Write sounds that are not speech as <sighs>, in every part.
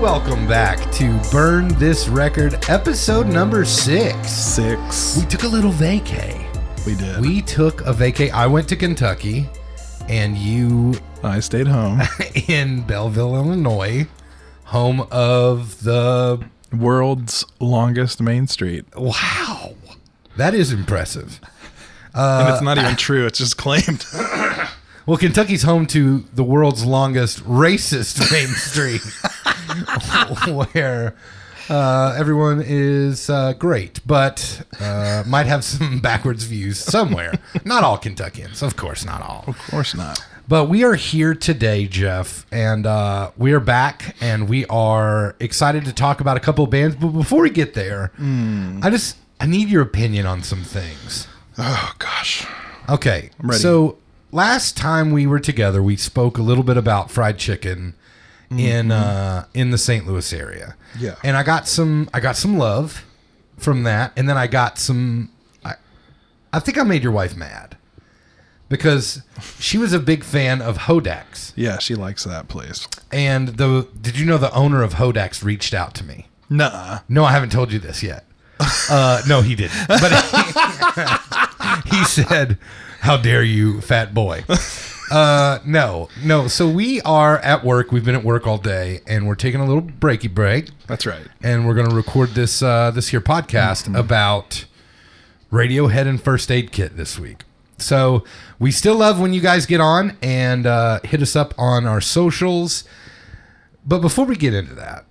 welcome back to Burn This Record, episode number six. Six. We took a little vacay. We did. We took a vacay. I went to Kentucky, and you <laughs> I stayed <laughs> home. in Belleville, Illinois, home of the World's longest main street. wow. That is impressive. and it's not even true. It's just claimed. <laughs> Well, Kentucky's home to the world's longest racist main street, where uh, everyone is uh, great, but uh, might have some <laughs> backwards views somewhere. not all Kentuckians, of course, not all. of course not. But we are here today, Jeff, and uh, we are back, and we are excited to talk about a couple of bands. But before we get there, I just I need your opinion on some things. Oh gosh. Okay. ready. So last time we were together, we spoke a little bit about fried chicken in uh, in the St. Louis area. Mm-hmm. Yeah. And I got some I got some love from that, and then I got some. I I think I made your wife mad because she was a big fan of Hodak's, Yeah, she likes that place. and the did you know the owner of Hodak's reached out to me. Nah. No, I haven't told you this yet. Uh, no, he didn't. But he, <laughs> he said, "How dare you, fat boy?" Uh, no, no. So we are at work. We've been at work all day, and we're taking a little breaky break, That's right. and we're going to record this uh, this here podcast about Radiohead and First Aid Kit this week. So we still love when you guys get on and uh, hit us up on our socials. But before we get into that,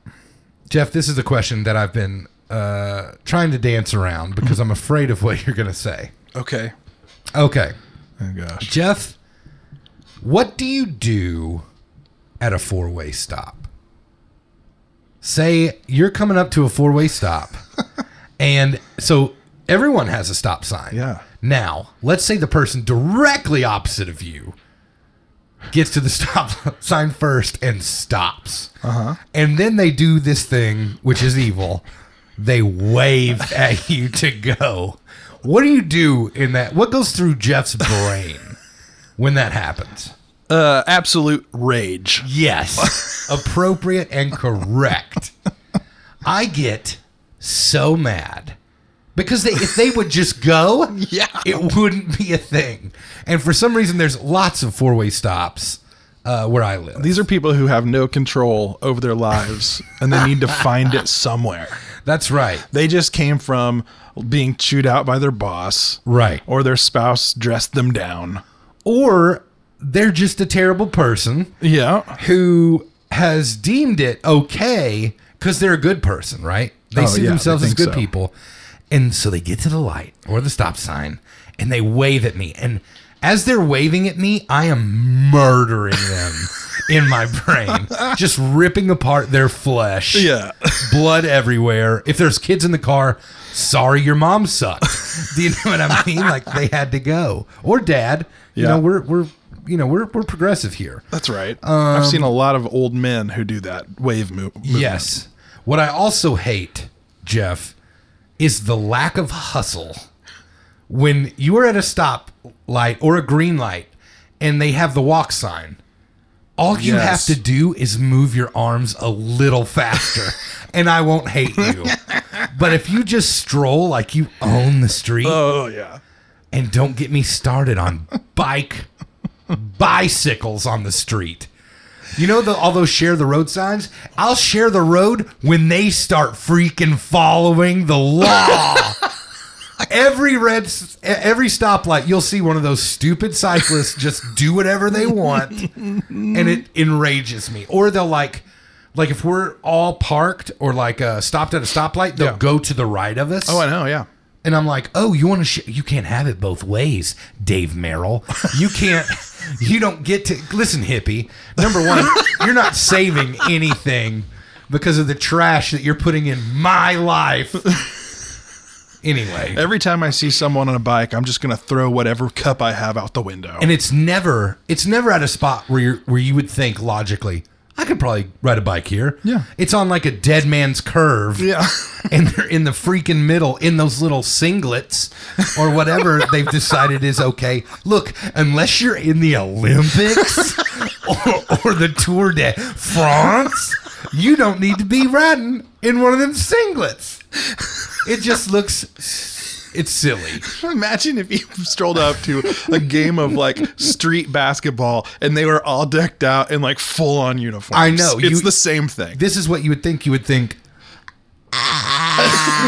Jeff, this is a question that I've been uh, trying to dance around because I'm afraid of what <laughs> you're going to say. Okay. Okay. Oh gosh. Jeff, what do you do at a four way stop? Say you're coming up to a four way stop, and so everyone has a stop sign. Yeah. Now, let's say the person directly opposite of you gets to the <laughs> stop sign first and stops. Uh-huh. And then they do this thing, which is evil. They wave at you to go. What do you do in that? What goes through Jeff's brain when that happens? Uh, absolute rage. Yes. <laughs> Appropriate and correct. I get so mad because they, if they would just go, Yeah. it wouldn't be a thing. And for some reason, there's lots of four way stops uh, where I live. These are people who have no control over their lives and they <laughs> need to find it somewhere. That's right. They just came from being chewed out by their boss. Right. Or their spouse dressed them down. Or they're just a terrible person Yeah. who has deemed it okay because they're a good person, right? They Oh, see yeah, they themselves as think good so. people. And so they get to the light or the stop sign and they wave at me. And as they're waving at me, I am murdering <laughs> them in my brain, just ripping apart their flesh. Yeah. <laughs> blood everywhere. If there's kids in the car, sorry, your mom sucked. <laughs> Do you know what I mean? Like they had to go or dad. You Yeah. know, we're we're you know we're we're progressive here. That's right. I've Um, seen a lot of old men who do that wave move. Yes. What I also hate, Jeff, is the lack of hustle when you are at a stop light or a green light and they have the walk sign. All you Yes. have to do is move your arms a little faster, <laughs> and I won't hate you. but if you just stroll like you own the street, Oh yeah. and don't get me started on <laughs> bike bicycles on the street. You know the all those share the road signs? I'll share the road when they start freaking following the <laughs> law. every red s- every stoplight you'll see one of those stupid cyclists just do whatever they want and it enrages me. Or they'll like like if we're all parked or like uh, stopped at a stoplight, they'll Yeah. go to the right of us. Oh, I know. Yeah. And I'm like, oh, you want to? Sh- you can't have it both ways, Dave Merrill. You can't. <laughs> you don't get to listen, hippie. Number one, you're not saving anything because of the trash that you're putting in my life. Anyway, Every time I see someone on a bike, I'm just gonna throw whatever cup I have out the window. and it's never. It's never at a spot where you're where you would think logically. I could probably ride a bike here. Yeah. It's on like a dead man's curve. yeah. <laughs> and they're in the freaking middle in those little singlets or <laughs> whatever they've decided is okay. Look, unless <laughs> you're in the Olympics or, or the Tour de France, you don't need to be riding in one of them singlets. It just looks, it's silly. <laughs> Imagine if you <laughs> strolled up to a game of like street basketball and they were all decked out in like full on uniforms. I know, It's you- the same thing. This is what you would think. You would think,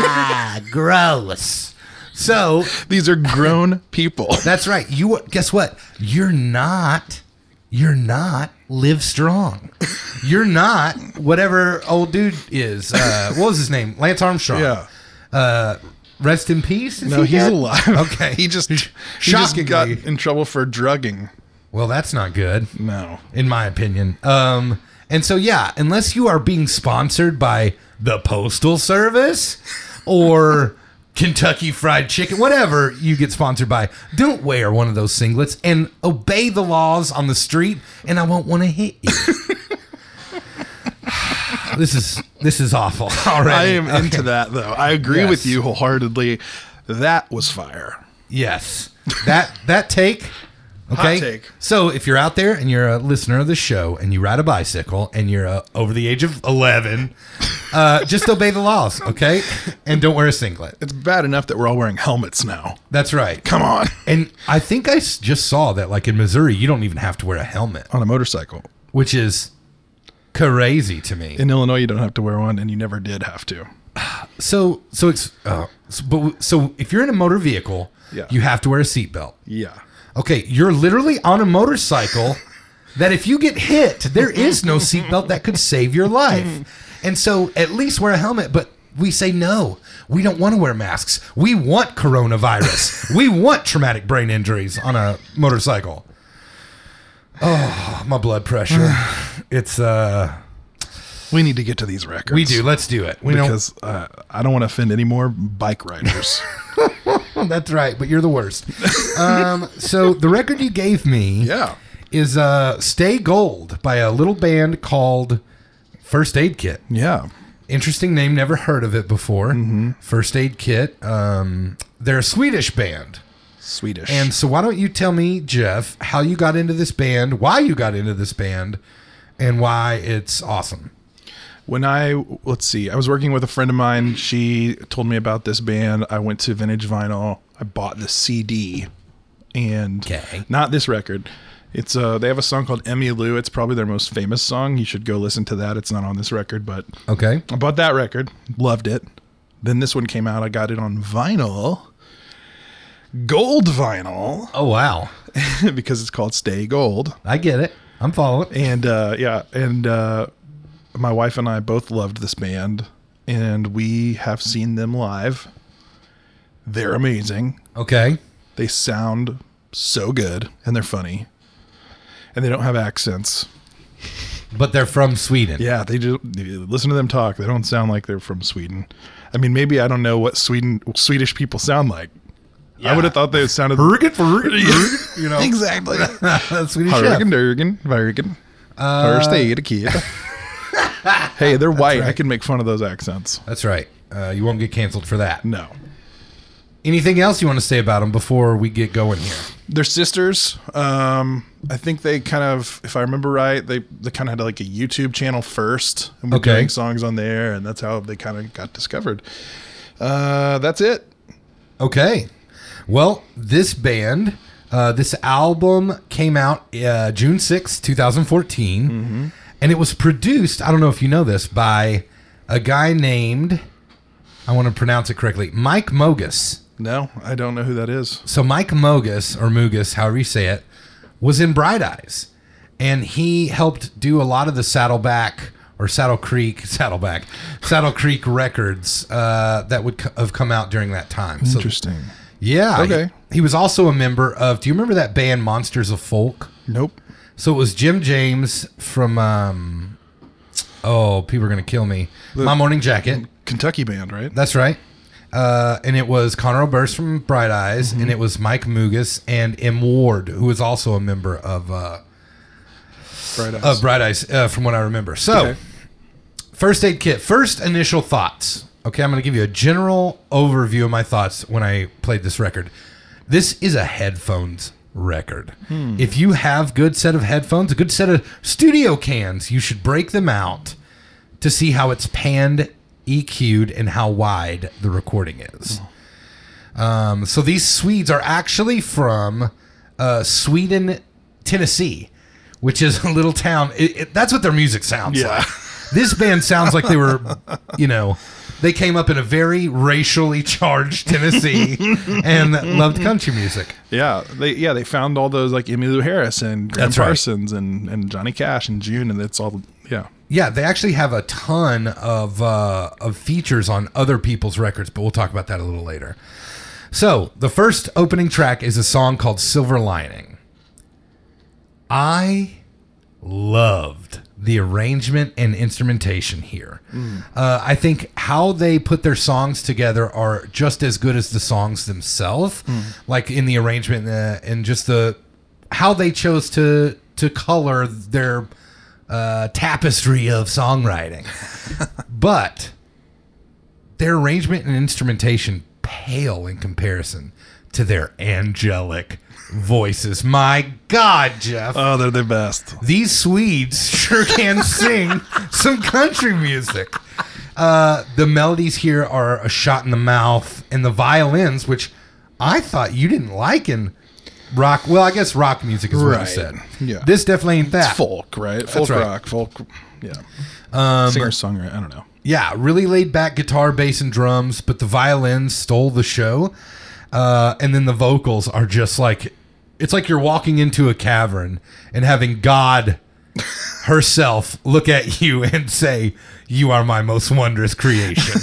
ah, <laughs> gross. So These are grown <laughs> people. that's right. You guess what? You're not. You're not live strong. You're not whatever old dude is. Uh, what was his name? Lance Armstrong. Yeah. Rest in peace. is No, he he's dead? alive. Okay. <laughs> He just, he just Shockingly. got in trouble for drugging. Well, that's not good. No. in my opinion. Um, and so yeah, unless you are being sponsored by the Postal Service or <laughs> Kentucky Fried Chicken, whatever you get sponsored by, don't wear one of those singlets and obey the laws on the street, and I won't want to hit you. <laughs> <sighs> this is this is awful <laughs> I already. am into that though. I agree Yes. with you wholeheartedly. That was fire. Yes. That that take. Okay. take. So if you're out there and you're a listener of the show and you ride a bicycle and you're uh, over the age of 11, uh, just obey the laws, okay? And don't wear a singlet. It's bad enough that we're all wearing helmets now. That's right. Come on. <laughs> And I think I s- just saw that like in Missouri, you don't even have to wear a helmet, On a motorcycle. which is crazy to me. In Illinois, you don't have to wear one, and you never did have to. So so it's uh, so, but w- so if you're in a motor vehicle, Yeah. you have to wear a seatbelt. Yeah. Okay, you're literally on a motorcycle that if you get hit, there is no seatbelt that could save your life. And so at least wear a helmet, but we say no. We don't want to wear masks. We want <laughs> coronavirus. we want traumatic brain injuries on a motorcycle. Oh, my blood <sighs> pressure. It's uh We need to get to these records. we do. Let's do it. We don't because uh, I don't want to offend any more bike <laughs> riders. That's right, but you're the worst. <laughs> Um, so the record you gave me Yeah. is uh, Stay Gold by a little band called First Aid Kit. yeah. Interesting name, never heard of it before. First Aid Kit. Um, they're a Swedish band. Swedish. And so why don't you tell me, Jeff, how you got into this band, why you got into this band, and why it's awesome. when I let's see, I was working with a friend of mine. She told me about this band. I went to Vintage Vinyl. I bought the CD, and Okay. not this record. It's uh they have a song called Emmy Lou. It's probably their most famous song. You should go listen to that. It's not on this record, but Okay. I bought that record, loved it. Then this one came out. I got it on vinyl, gold vinyl, <laughs> Oh wow. because it's called Stay Gold. I get it. I'm following. and uh, yeah, and uh, my wife and I both loved this band, and we have seen them live. They're amazing. Okay. They sound so good, and they're funny, and they don't have accents. But they're from Sweden. Yeah, they just listen to them talk. They don't sound like they're from Sweden. I mean, maybe I don't know what Sweden Swedish people sound like. I would have thought they sounded <laughs> you know. exactly. <laughs> That's Swedish chef. Hurricane, Durgan, Hurricane. First aid, a kid. hey, they're white. I can make fun of those accents. That's right. Uh, you won't get canceled for that. No. Anything else you want to say about them before we get going here? They're sisters. Um, I think they kind of, if I remember right, they, they kind of had like a YouTube channel first and were Okay. doing songs on there, and that's how they kind of got discovered. Uh, that's it. Okay. Well, this band, uh, this album came out uh, June sixth, two 2014, and it was produced, I don't know if you know this, by a guy named, I want to pronounce it correctly, Mike Mogus. No, I don't know who that is. So Mike Mogus or Mugus, however you say it, was in Bright Eyes, and he helped do a lot of the Saddleback or Saddle Creek, <laughs> Saddleback, Saddle Creek records uh, that would co- have come out during that time. So Interesting. yeah, Okay. He, he was also a member of. Do you remember that band Monsters of Folk? Nope. So it was Jim James from. Um, oh, people are gonna kill me. My Morning Jacket. Kentucky band, right? That's right. Uh, and it was Conor Burst from Bright Eyes, and it was Mike Mugus and M Ward, who was also a member of uh, Bright Eyes. of Bright Eyes, uh, from what I remember. So, Okay. first aid kit. First initial thoughts. Okay, I'm going to give you a general overview of my thoughts when I played this record. This is a headphones record. If you have good set of headphones, a good set of studio cans, you should break them out to see how it's panned, EQ'd, and how wide the recording is. Um, so these Swedes are actually from uh, Sweden, Tennessee, which is <laughs> a little town. It, it, that's what their music sounds Yeah. like. This band sounds like they were, <laughs> you know, they came up in a very racially charged Tennessee and loved country music. Yeah, they yeah they found all those like Emmylou Harris and Graham That's right. Parsons and and Johnny Cash and June and that's all. Yeah, Yeah, they actually have a ton of uh, of features on other people's records, but we'll talk about that a little later. So the first opening track is a song called "Silver Lining." I loved the arrangement and instrumentation here. Uh, I think how they put their songs together are just as good as the songs themselves, like in the arrangement uh, and just the how they chose to to color their uh, tapestry of songwriting. but their arrangement and instrumentation pale in comparison to their angelic voices. My God, Jeff oh they're the best. these Swedes sure <laughs> can sing some country music. Uh, the melodies here are a shot in the mouth, and the violins, which I thought you didn't like in rock. Well, I guess rock music is what I Right. said. Yeah. This definitely ain't that. Folk, right? Folk right. rock, folk. Yeah, um, singer songwriter. I don't know. Yeah, really laid back guitar, bass, and drums, but the violins stole the show. Uh, and then the vocals are just like it's like you're walking into a cavern and having <laughs> God herself look at you and say, You are my most wondrous <laughs> creation.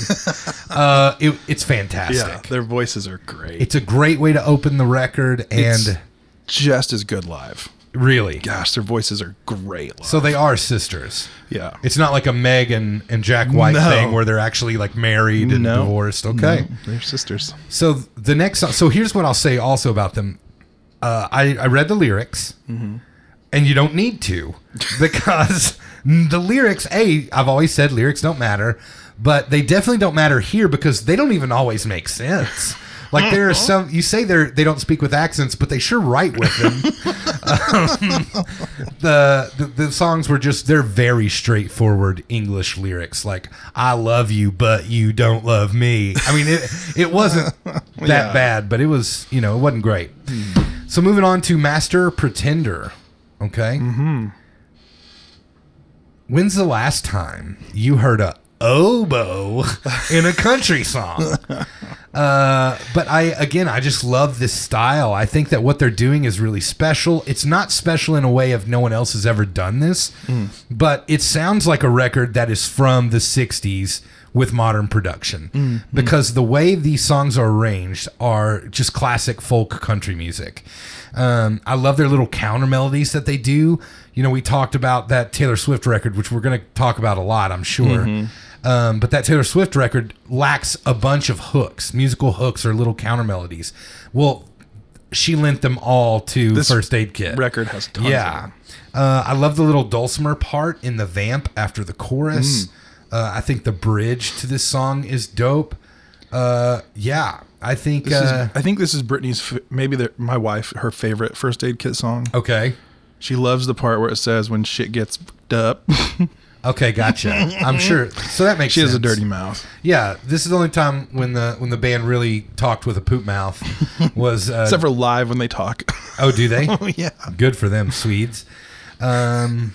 uh, it, it's fantastic. Yeah, their voices are great. It's a great way to open the record and It's just as good live. really. Gosh, their voices are great live. So they are sisters. yeah, It's not like a Meg and, and Jack White No. thing where they're actually like married and No. divorced. Okay. No, they're sisters. So the next, song, so here's what I'll say also about them. Uh, I, I read the lyrics, and you don't need to because the lyrics. A, I've always said lyrics don't matter, but they definitely don't matter here because they don't even always make sense. Like there are some you say they're they don't speak with accents, but they sure write with them. the, the the songs were just they're very straightforward English lyrics like I love you but you don't love me. I mean it it wasn't that Yeah. bad, but it was, you know, it wasn't great. So moving on to Master Pretender, okay? Mhm. When's the last time you heard a oboe in a country song? Uh, but I again, I just love this style. I think that what they're doing is really special. It's not special in a way of no one else has ever done this, but it sounds like a record that is from the '60s with modern production because the way these songs are arranged are just classic folk country music. Um, I love their little counter melodies that they do. You know, we talked about that Taylor Swift record, which we're going to talk about a lot, I'm sure. Um, but that Taylor Swift record lacks a bunch of hooks, musical hooks or little counter melodies. Well, she lent them all to First Aid Kit. Record has tons. Of Yeah. them. Uh, I love the little dulcimer part in the vamp after the Mm. chorus. Uh, I think the bridge to this song is dope. Uh, yeah. I think. This is- Uh, I think this is Britney's f- maybe the, my wife her favorite first aid kit song. okay. She loves the part where it says when shit gets fucked up. Okay, <laughs> gotcha. I'm sure. So that makes she sense. has a dirty mouth. Yeah, this is the only time when the when the band really talked with a poop <laughs> mouth was. Uh, Except for live when they talk. oh, do they? <laughs> yeah. Good for them, Swedes. Um,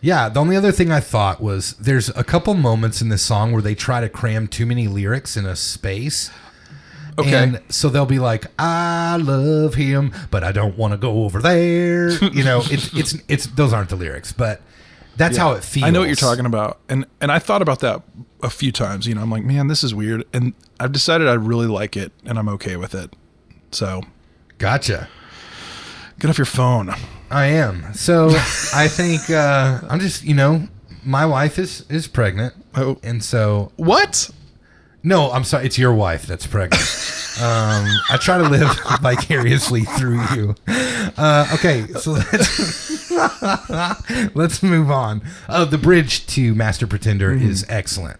yeah, the only other thing I thought was there's a couple moments in this song where they try to cram too many lyrics in a space. <laughs> Okay. And so they'll be like, "I love him, but I don't want to go over <laughs> there." You know, it's it's it's those aren't the lyrics, but that's how it feels. I know what you're talking about, and and I thought about that a few times. You know, I'm like, man, this is weird, and I've decided I really like it, and I'm okay with it. So Gotcha. get off your phone. I am. <laughs> So I think uh, I'm just you know my wife is is pregnant, Oh, and so what? no, I'm sorry, it's your wife that's pregnant. Um, I try to live <laughs> vicariously through you. Uh, okay, so let's <laughs> let's move on. Uh, the bridge to Master Pretender is excellent.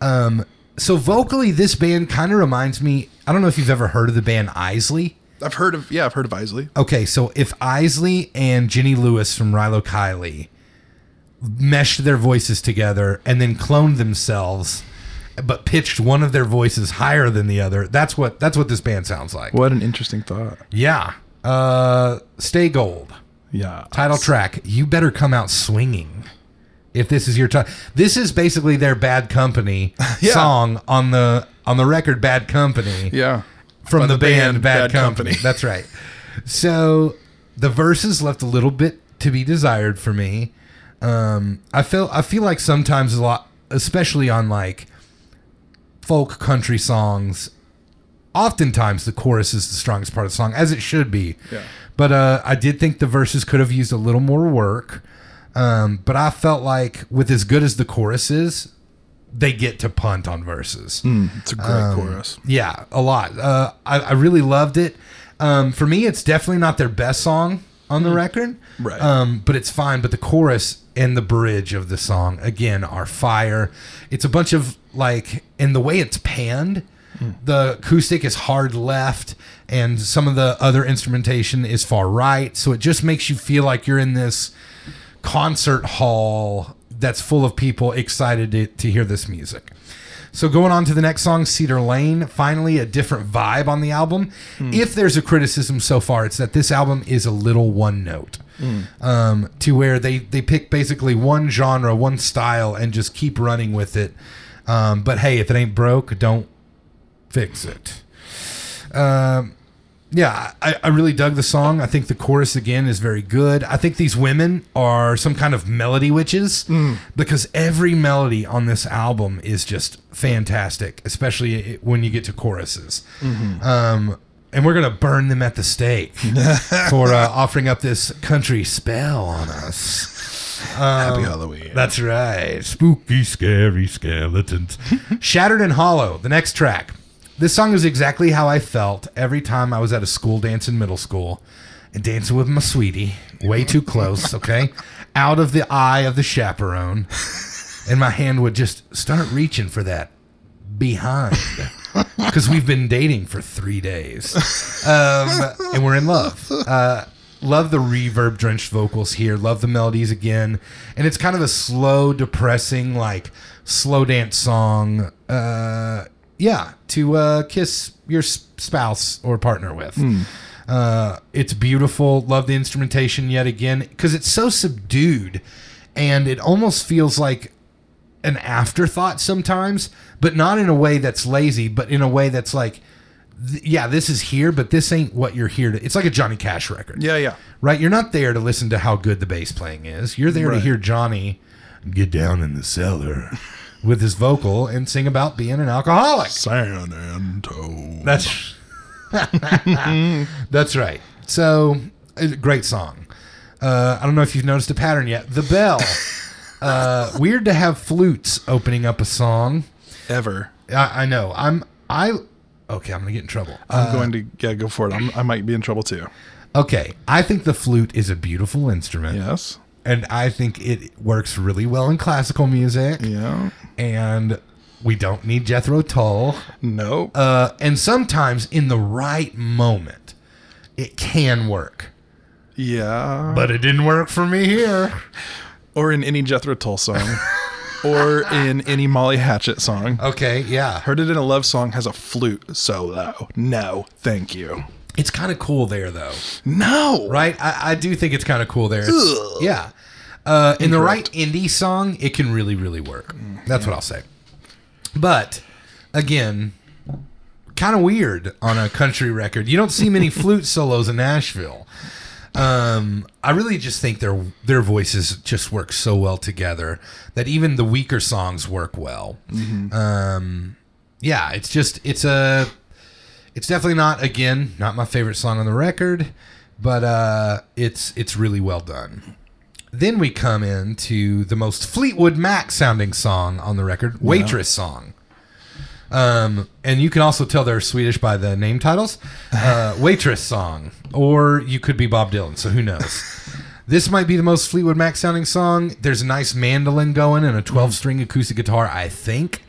Um, so vocally, this band kind of reminds me. I don't know if you've ever heard of the band Isley. I've heard of yeah, I've heard of Isley. Okay, so if Isley and Jenny Lewis from Rilo Kiley meshed their voices together and then cloned themselves but pitched one of their voices higher than the other. That's what that's what this band sounds like. What an interesting thought. Yeah. Uh Stay Gold. Yeah. Title track. You better come out swinging. If this is your time, this is basically their Bad Company Yeah. song on the on the record Bad Company Yeah. from By the, the band, band Bad, Bad Company. Company. That's right. So the verses left a little bit to be desired for me. Um, I feel I feel like sometimes a lot, especially on like folk country songs, oftentimes the chorus is the strongest part of the song, as it should be. Yeah. But uh, I did think the verses could have used a little more work. Um, but I felt like with as good as the chorus is, they get to punt on verses. Hmm. It's a great Um, chorus. Yeah, a lot. Uh, I, I really loved it. Um, for me, it's definitely not their best song on the record, Right. Um, but it's fine. But the chorus and the bridge of the song again are fire. It's a bunch of like, and the way it's panned, the acoustic is hard left, and some of the other instrumentation is far right. So it just makes you feel like you're in this concert hall that's full of people excited to, to hear this music. So going on to the next song, Cedar Lane. Finally, a different vibe on the album. If there's a criticism so far, it's that this album is a little one note, um, to where they they pick basically one genre, one style, and just keep running with it. Um, but hey, if it ain't broke, don't fix it. Um, yeah, I, I really dug the song. I think the chorus again is very good. I think these women are some kind of melody witches because every melody on this album is just fantastic, especially i when you get to choruses. Um, and we're gonna burn them at the stake for uh, offering up this country spell on us. Happy Halloween. That's right. Spooky, scary skeletons. Shattered and Hollow, the next track. This song is exactly how I felt every time I was at a school dance in middle school and dancing with my sweetie, way too close, okay? Out of the eye of the chaperone. And my hand would just start reaching for that behind because we've been dating for three days um, and we're in love uh, love the reverb drenched vocals here love the melodies again and it's kind of a slow depressing like slow dance song uh, yeah to uh, kiss your s- spouse or partner with uh, it's beautiful love the instrumentation yet again because it's so subdued and it almost feels like an afterthought sometimes, but not in a way that's lazy, but in a way that's like, th- yeah, this is here, but this ain't what you're here to. It's like a Johnny Cash record, yeah, yeah. right? You're not there to listen to how good the bass playing is. You're there to Right. hear Johnny get down in the cellar with his vocal and sing about being an alcoholic. San Antonio. That's that's right. So, uh, great song. Uh, I don't know if you've noticed a pattern yet. The bell. Uh, weird to have flutes opening up a song. ever. I, I know. I'm. I. Okay, I'm gonna get in trouble. Uh, I'm going to yeah, go for it. I'm, I might be in trouble too. Okay, I think the flute is a beautiful instrument, Yes. and I think it works really well in classical music. Yeah. And we don't need Jethro Tull. No. Uh, and sometimes in the right moment, it can work. yeah. But it didn't work for me here. Or in any Jethro Tull song. or in any Molly Hatchet song. Okay, yeah. Heard it in a love song has a flute solo. No, thank you. It's kind of cool there, though. No. right? I, I do think it's kind of cool there. It's- Ugh. yeah. Uh, in the right indie song, it can really, really work. That's what I'll say. But again, kind of weird on a country record. You don't see many <laughs> flute solos in Nashville. Um, I really just think their their voices just work so well together that even the weaker songs work well. Um, yeah, it's just it's a it's definitely not again not my favorite song on the record, but uh, it's it's really well done. Then we come into the most Fleetwood Mac sounding song on the record, Waitress song. Um, and you can also tell they're Swedish by the name titles. Uh, Waitress song, or you could be Bob Dylan, so who knows? this might be the most Fleetwood Mac sounding song. There's a nice mandolin going and a 12 string acoustic guitar, I think.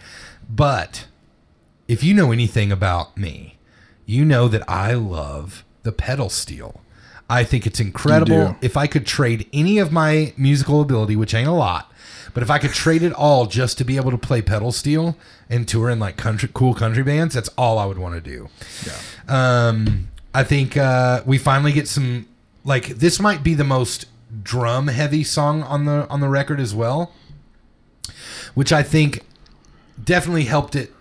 But if you know anything about me, you know that I love the pedal steel. I think it's incredible. do. If I could trade any of my musical ability, which ain't a lot, but if I could trade it all just to be able to play pedal steel and tour in like country, cool country bands, that's all I would want to do. Yeah. Um, I think uh, we finally get some. Like this might be the most drum heavy song on the on the record as well, which I think definitely helped it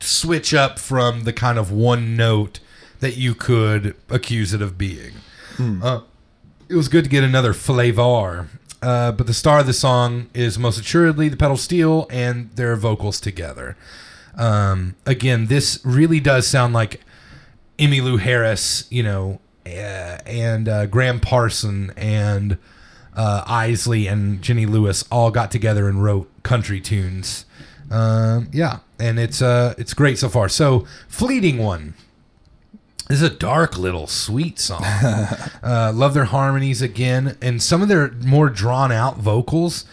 switch up from the kind of one note that you could accuse it of being. Uh, it was good to get another flavor. Uh, but the star of the song is most assuredly the pedal steel and their vocals together. Um, again, this really does sound like Emmy Lou Harris, you know, uh, and uh, Graham Parson and uh, Isley and Jenny Lewis all got together and wrote country tunes. Um, yeah, and it's uh, it's great so far. So, fleeting one. This is a dark little sweet song. uh, love their harmonies again, and some of their more drawn out vocals,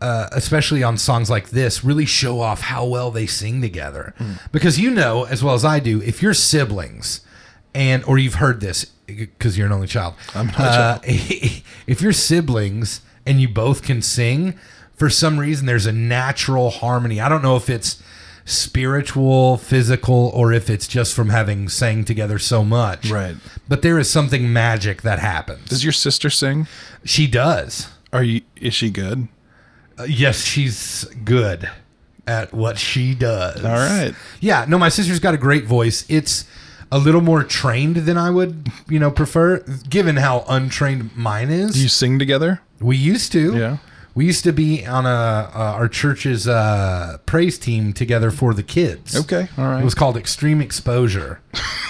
uh, especially on songs like this, really show off how well they sing together. Because you know as well as I do, if you're siblings, and or you've heard this because you're an only child. I'm not uh, <laughs> if you're siblings and you both can sing, for some reason there's a natural harmony. I don't know if it's spiritual, physical, or if it's just from having sang together so much. Right. But there is something magic that happens. Does your sister sing? she does. Are you? Is she good? Uh, yes, she's good at what she does. All right. Yeah, no, my sister's got a great voice. It's a little more trained than I would, you know, prefer, given how untrained mine is. Do you sing together? we used to. Yeah. We used to be on a uh, our church's uh, praise team together for the kids. Okay. All right. It was called Extreme Exposure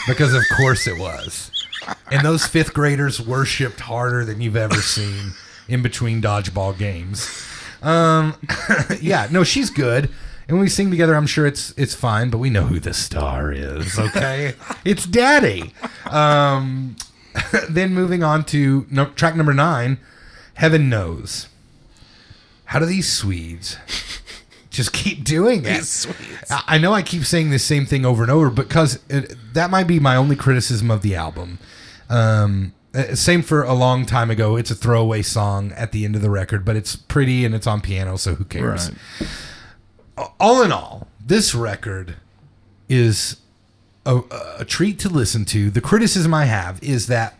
because, of course, it was. And those fifth graders worshipped harder than you've ever seen in between dodgeball games. Um, <laughs> yeah, no, she's good. And when we sing together, I'm sure it's it's fine. But we know who the star is, <laughs> okay? it's Daddy. Um, <laughs> then moving on to no, track number nine, Heaven Knows. How do these Swedes just keep doing it? I I know I keep saying the same thing over and over because it, that might be my only criticism of the album. Um, uh, same for a long time ago. It's a throwaway song at the end of the record, but it's pretty and it's on piano, so who cares? Right. All in all, this record is a, a treat to listen to. The criticism I have is that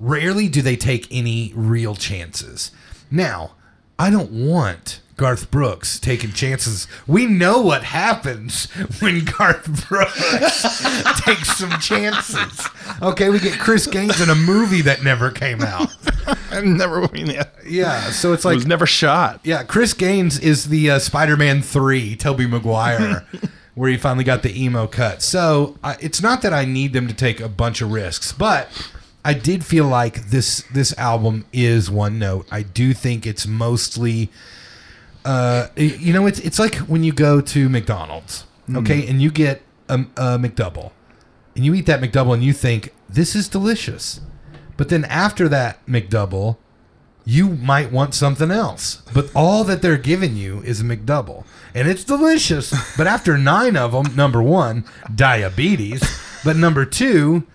rarely do they take any real chances. Now, I don't want Garth Brooks taking chances. We know what happens <laughs> when Garth Brooks <laughs> takes some chances. Okay, we get Chris Gaines in a movie that never came out. <laughs> I've never. Yeah. Yeah, so it's It like was never shot. yeah, Chris Gaines is the uh, Spider-Man three, Tobey Maguire, where he finally got the emo cut. So I it's not that I need them to take a bunch of risks, but I did feel like this this album is one note. I do think it's mostly, uh, y- you know, it's it's like when you go to McDonald's, okay, and you get a, a McDouble, and you eat that McDouble, and you think this is delicious, but then after that McDouble you might want something else. But all that they're giving you is a McDouble. And it's delicious. But after nine of them, number one, diabetes. But number two,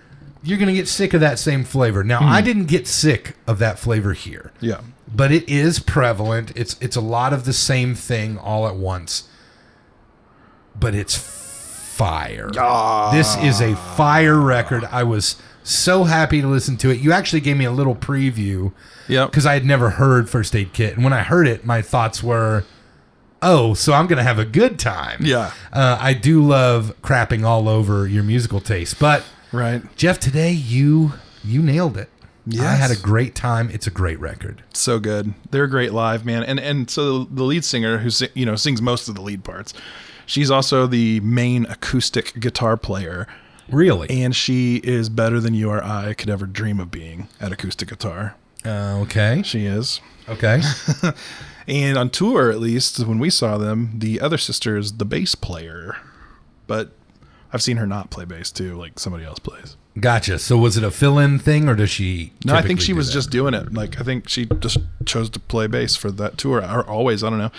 you're going to get sick of that same flavor. Now, I didn't get sick of that flavor here, Yeah. but it is prevalent. It's, it's a lot of the same thing all at once. But it's fire. Ah. This is a fire record. I was so happy to listen to it. You actually gave me a little preview Yep. because I had never heard First Aid Kit, and when I heard it, my thoughts were, "Oh, so I'm gonna have a good time." Yeah. uh, I do love crapping all over your musical taste, but Right. Jeff, today you you nailed it. I Yes. had a great time. It's a great record. so good. They're great live, man. And and so the lead singer who si- you know sings most of the lead parts, she's also the main acoustic guitar player, Really? and she is better than you or I could ever dream of being at acoustic guitar. Uh, okay. She is. Okay. And on tour, at least when we saw them, the other sister is the bass player, but I've seen her not play bass too, like somebody else plays. Gotcha. So was it a fill-in thing, or does she? No, I think typically she do was that? just doing it. Like I think she just chose to play bass for that tour or always, I don't know.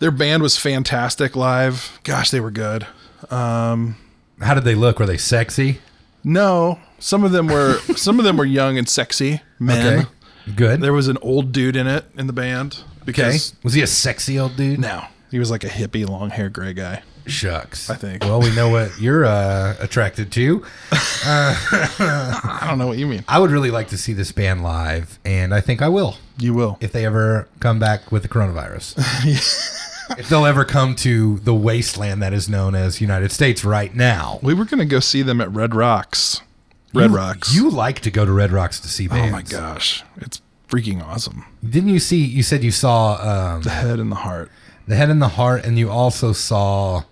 Their band was fantastic live. Gosh, they were good. Um How did they look? Were they sexy? No, some of them were <laughs> some of them were young and sexy men. Okay. Good. There was an old dude in it in the band okay. because Was he a sexy old dude? no, he was like a hippie, long hair, gray guy. Shucks. I think. Well, we know what <laughs> you're uh, attracted to. I don't know what you mean. I would really like to see this band live, and I think I will You will. if they ever come back with the coronavirus. <laughs> if they'll ever come to the wasteland that is known as United States right now. We were gonna go see them at Red Rocks. Red You- Rocks. You like to go to Red Rocks to see bands. Oh my gosh, it's freaking awesome. Didn't you see? You said you saw um, The head and the heart. the Head and the Heart, and you also saw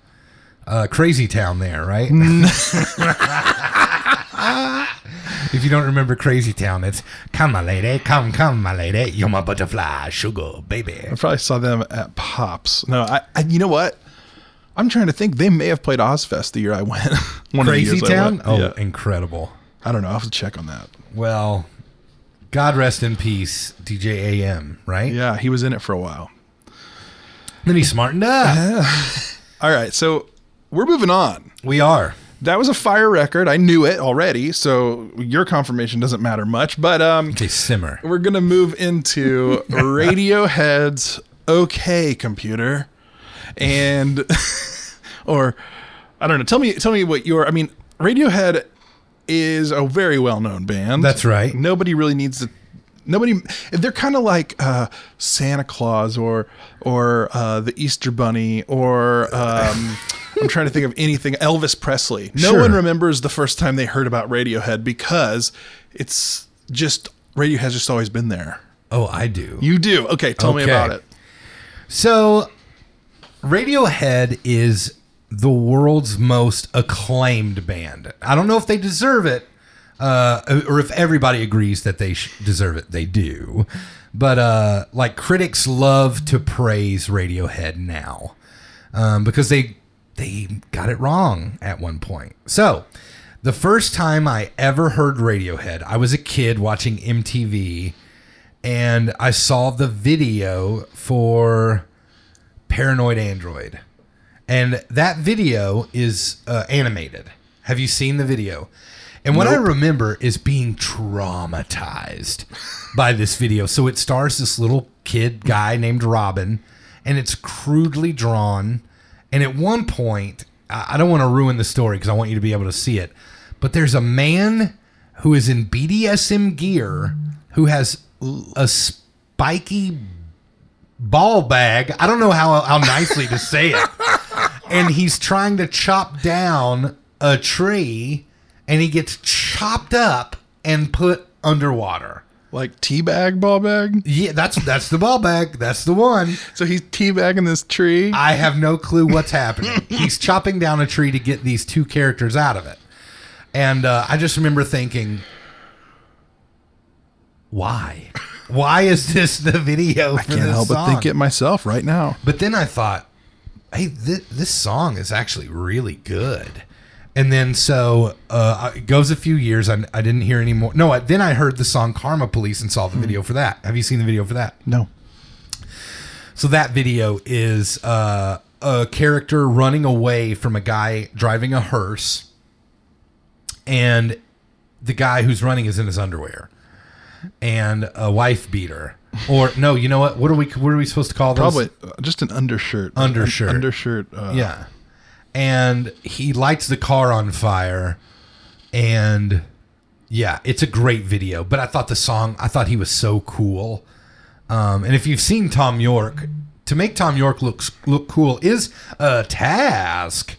uh, Crazy Town there, <laughs> right? if you don't remember Crazy Town, it's "Come, my lady, come, come, my lady, you're my butterfly, sugar, baby." I probably saw them at Pops. No, I, I you know what? I'm trying to think. They may have played Ozfest the year I went. <laughs> One of the Crazy years I Town? went. Oh, Yeah. incredible! I don't know. I'll have to check on that. Well, God rest in peace, DJ AM. Right? Yeah, he was in it for a while. Then he smartened Uh-huh. up. All right, so we're moving on. we are. That was a fire record. I knew it already, so your confirmation doesn't matter much. But um, They simmer. we're gonna move into Radiohead's "Okay Computer," and <laughs> or I don't know. Tell me, tell me what your. I mean, Radiohead is a very well-known band. That's right. Nobody really needs to. Nobody. They're kind of like uh, Santa Claus or or uh, the Easter Bunny or. Um, I'm trying to think of anything. Elvis Presley. No Sure. one remembers the first time they heard about Radiohead because it's just Radiohead's just always been there. Oh, I do. You do. Okay, tell me Okay. about it. So, Radiohead is the world's most acclaimed band. I don't know if they deserve it, uh, or if everybody agrees that they sh- deserve it. They do, but uh, like critics love to praise Radiohead now um, because they they got it wrong at one point. So, the first time I ever heard Radiohead, I was a kid watching MTV, and I saw the video for Paranoid Android, and that video is uh, animated. Have you seen the video? And what I remember is being traumatized by this video. So it stars this little kid guy named Robin, and it's crudely drawn. And at one point, I I don't want to ruin the story because I want you to be able to see it, but there's a man who is in BDSM gear who has l- a spiky ball bag. I don't know how, how nicely to say it. And he's trying to chop down a tree and he gets chopped up and put underwater. Like teabag ball bag. Yeah, that's that's the ball bag. That's the one. So he's teabagging this tree. I have no clue what's <laughs> happening. He's chopping down a tree to get these two characters out of it. And uh, I just remember thinking, why? Why is this the video? I Can't help but think it myself right now. But then I thought, hey, th- this song is actually really good. And then so uh, it goes a few years. I, I didn't hear any more. No, I, then I heard the song Karma Police and saw the video for that. Have you seen the video for that? No. So that video is uh, a character running away from a guy driving a hearse, and the guy who's running is in his underwear and a wife beater. Or no, you know what? What are we? What are we supposed to call those? Probably uh, just an undershirt. An Undershirt. undershirt. Uh, Yeah. And he lights the car on fire. And yeah, it's a great video. But I thought the song, I thought he was so cool. Um, and if you've seen Tom York, to make Tom York look, look cool is a task.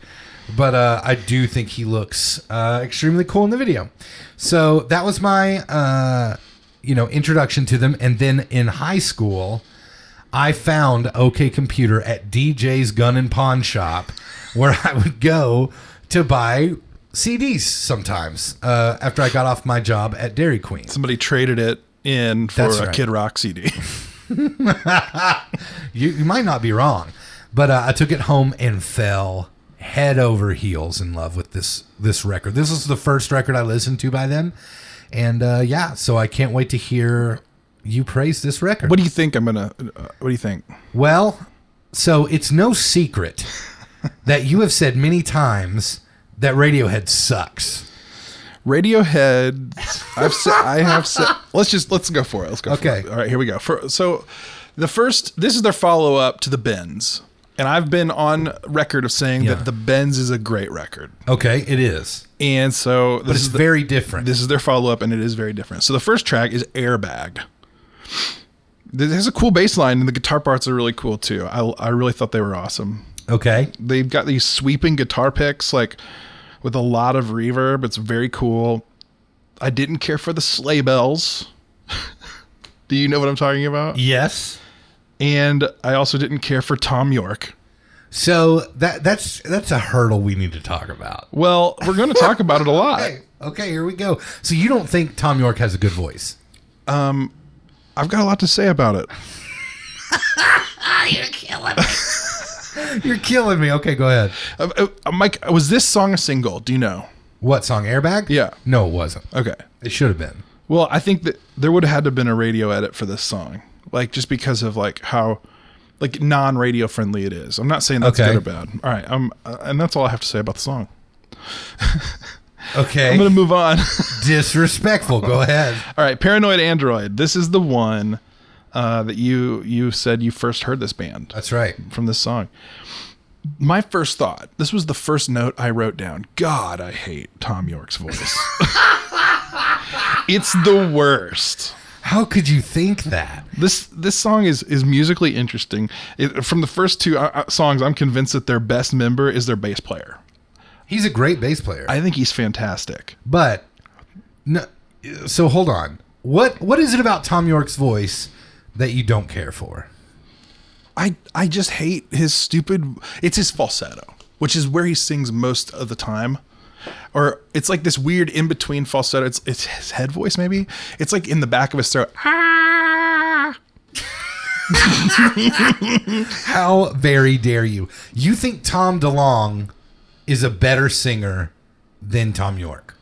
But uh, I do think he looks uh, extremely cool in the video. So that was my, uh, you know, introduction to them. And then in high school, I found OK Computer at DJ's Gun and Pawn Shop, where I would go to buy CDs sometimes uh, after I got off my job at Dairy Queen. Somebody traded it in for That's a right. Kid Rock CD. You, you might not be wrong, but uh, I took it home and fell head over heels in love with this this record. This is the first record I listened to by them, and uh, yeah, so I can't wait to hear you praise this record. <laughs> what do you think? I'm gonna. Uh, what do you think? Well, so it's no <laughs> secret that you have said many times that Radiohead sucks. Radiohead. I've said. I have said. Let's just let's go for it. Let's go. for Okay. it. All right. Here we go. For, so, the first. This is their follow up to the Bends, and I've been on record of saying Yeah. that the Bends is a great record, Okay, it is. and so But this it's is the, very different. this is their follow up, and it is very different. So the first track is Airbag. This has a cool bass line, and the guitar parts are really cool too. I I really thought they were awesome okay. they've got these sweeping guitar picks like with a lot of reverb it's very cool i didn't care for the sleigh bells <laughs> do you know what i'm talking about Yes. and i also didn't care for tom york So that that's that's a hurdle we need to talk about. well we're going to talk about it a lot Okay, okay, here we go. So you don't think Tom York has a good voice? i've got a lot to say about it Oh, You're killing me. <laughs> You're killing me. Okay, go ahead. Uh, uh, mike was this song a single do you know What song? Airbag? Yeah. No, it wasn't. okay It should have been. well i think that there would have had to have been a radio edit for this song like just because of like how like non-radio friendly it is i'm not saying that's Okay. good or bad all right um, uh, and that's all i have to say about the song Okay. I'm gonna move on. <laughs> Disrespectful. Go ahead. All right, Paranoid Android. This is the one uh, that you you said you first heard this band That's right. from this song. My first thought. This was the first note I wrote down. God, I hate Tom York's voice. it's the worst. How could you think that? This this song is is musically interesting. It, from the first two uh, uh, songs, I'm convinced that their best member is their bass player. He's a great bass player. I think he's fantastic. But no, so hold on. What what is it about Tom York's voice that you don't care for? I I just hate his stupid. It's his falsetto, which is where he sings most of the time, or it's like this weird in between falsetto. It's it's his head voice maybe. It's like in the back of his throat. Ah. How very dare you? You think Tom DeLong is a better singer than Tom York?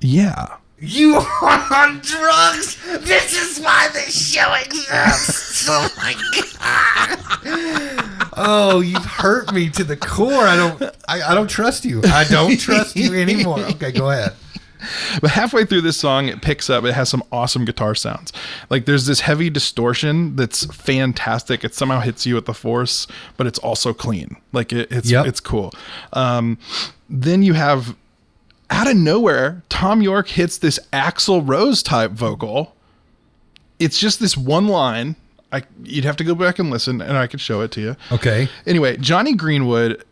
Yeah. You are on drugs. This is why this show exists. oh my god. Oh, you've hurt me to the core. I don't I, I don't trust you. I don't trust you anymore. Okay, go ahead. <laughs> But halfway through this song, it picks up. It has some awesome guitar sounds. Like there's this heavy distortion that's fantastic. It somehow hits you at the force, but it's also clean. Like it, it's Yep. it's cool. Um, then you have out of nowhere, Tom York hits this Axl Rose type vocal. It's just this one line. I you'd have to go back and listen, and I could show it to you. Okay. Anyway, Johnny Greenwood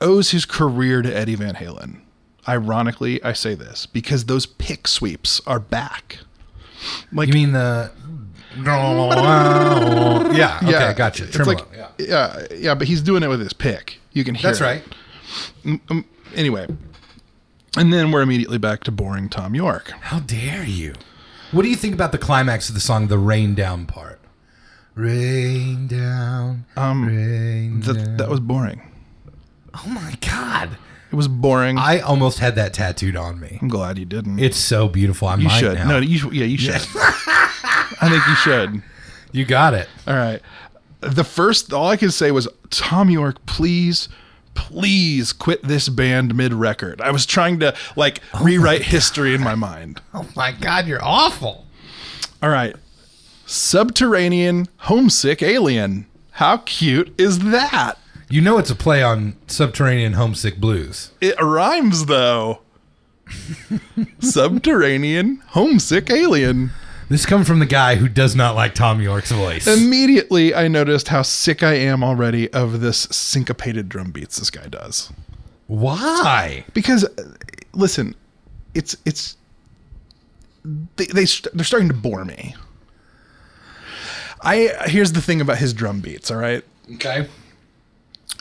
owes his career to Eddie Van Halen. Ironically, I say this because those pick sweeps are back. Like You mean the? yeah. Okay. yeah, Gotcha. It's Tremolo. like yeah. yeah, yeah, but he's doing it with his pick. You can hear. That's it. right. Anyway, and then we're immediately back to boring Tom York. How dare you? What do you think about the climax of the song, the rain down part? Rain down. Um, rain That down. that was boring. Oh my god! It was boring. I I, almost had that tattooed on me. am glad you didn't. It's so beautiful. I you might should. now. No, you should. Yeah, you should. <laughs> I think you should. you got it. All right. The first, all I could say was, Tom York, please, please quit this band mid record. I was trying to like rewrite history in my mind. Oh my god! You're awful. All right. Subterranean homesick alien. How cute is that? You know it's a play on Subterranean Homesick Blues. It rhymes though. <laughs> Subterranean homesick alien. This comes from the guy who does not like Tom York's voice. Immediately, I noticed how sick I am already of this syncopated drum beats this guy does. Why? because uh, listen it's it's they, they st- they're starting to bore me i here's the thing about his drum beats all right Okay.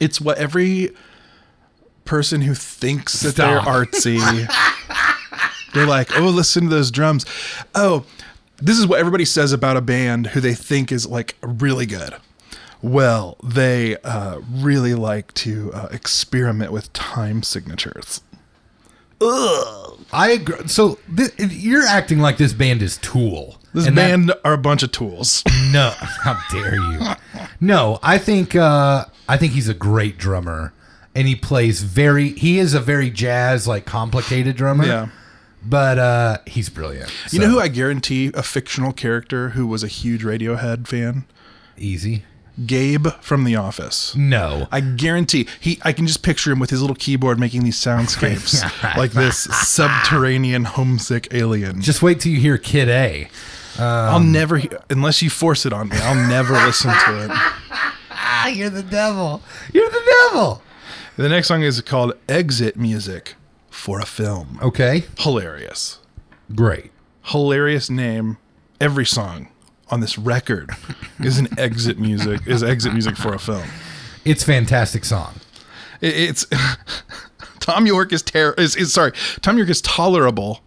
it's what every person who thinks that Stop. they're artsy they're like oh listen to those drums oh this is what everybody says about a band who they think is like really good well they uh, really like to uh, experiment with time signatures I agree. So th- you're acting like this band is Tool. This And that- band are a bunch of tools. no, <laughs> how dare you? No, I think uh, I think he's a great drummer, and he plays very. He is a very jazz like complicated drummer. Yeah. But uh, he's brilliant. <laughs> You know who I guarantee a fictional character who was a huge Radiohead fan? Easy. Gabe from The Office. No. I guarantee he. I can just picture him with his little keyboard making these <laughs> soundscapes like this subterranean homesick alien. Just wait till you hear Kid A. I'll never, he- unless you force it on me, I'll <laughs> never listen to it. Ah, you're the devil. You're the devil. The next song is called "Exit Music" for a film. Okay. Hilarious, Great. hilarious name. Every song on this record is an exit music. Is exit music for a film. It's fantastic song. It- it's <laughs> Tom York is ter- is, is sorry. Tom York is tolerable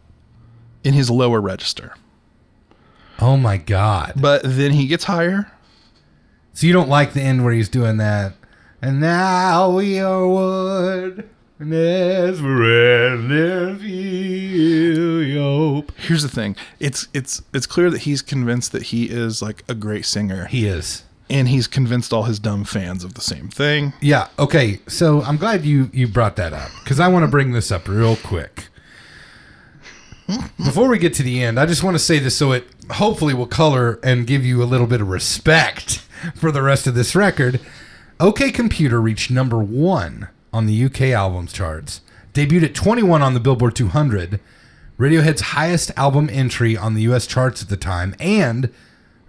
in his lower register, Oh my god. but then he gets higher. So you don't like the end where he's doing that. And now we are wood. And as red hope. Here's the thing: it's it's it's clear that he's convinced that he is like a great singer. He is. and he's convinced all his dumb fans of the same thing. Yeah. Okay. So I'm glad you you brought that up because I want to bring this up real quick. Before we get to the end, I just want to say this so it hopefully will color and give you a little bit of respect <laughs> for the rest of this record. OK Computer reached number one on the UK albums charts, debuted at 21 on the Billboard 200, Radiohead's highest album entry on the US charts at the time, and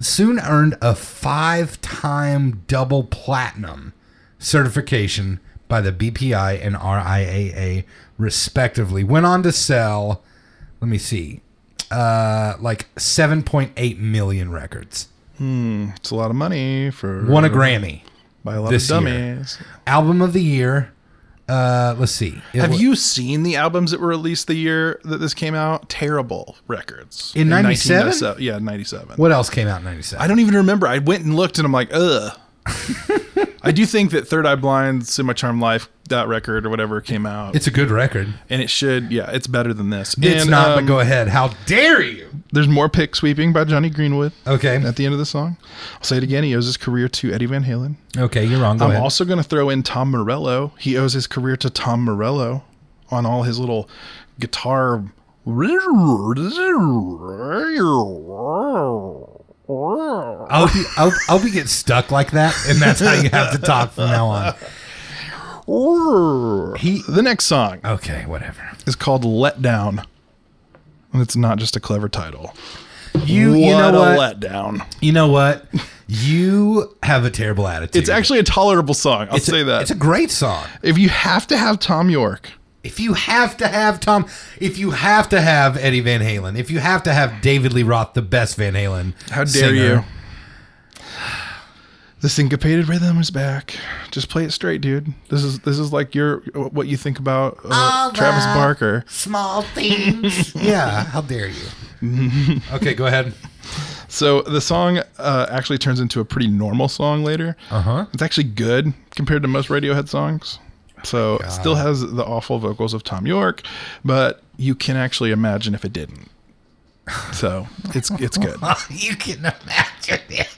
soon earned a five time double platinum certification by the BPI and RIAA, respectively. Went on to sell, let me see, uh, like 7.8 million records. It's a lot of money for Won a Grammy. by a lot this of dummies. Album of the year. Uh, let's see. It Have wa- you seen the albums that were released the year that this came out? Terrible records In 97? 1997. Yeah, ninety-seven. What else came out in 97? I don't even remember. I went and looked, and I'm like, <laughs> ugh. I do think that Third Eye Blind, Semi Charm Life, that record or whatever came out, It's a good record. and it should. Yeah, it's better than this. It's And, not, um, but go ahead. How dare you? There's more pick sweeping by Johnny Greenwood uh, Okay. at the end of the song. I'll say it again. He owes his career to Eddie Van Halen. Okay, you're wrong. Go I'm ahead. also going to throw in Tom Morello. He owes his career to Tom Morello on all his little guitar. I'll be, I'll, I'll be get stuck like that, and that's how you have to talk from now on. He, the next song Okay, whatever. is called Let Down. And it's not just a clever title. You, you know a what? letdown. You know what? You have a terrible attitude. It's actually a tolerable song. I'll It's a- say that. It's a great song. if you have to have Tom York, If you have to have Tom, if you have to have Eddie Van Halen, if you have to have David Lee Roth, the best Van Halen. How dare singer, you? The syncopated rhythm is back. Just play it straight, dude. This is this is like your what you think about uh, All Travis the Barker. Small <laughs> things. yeah. How dare you? <laughs> okay, go ahead. So the song uh, actually turns into a pretty normal song later. Uh Uh-huh. It's actually good compared to most Radiohead songs. So it still has the awful vocals of Tom York, but you can actually imagine if it didn't. So it's it's good. <laughs> <laughs> You can imagine it.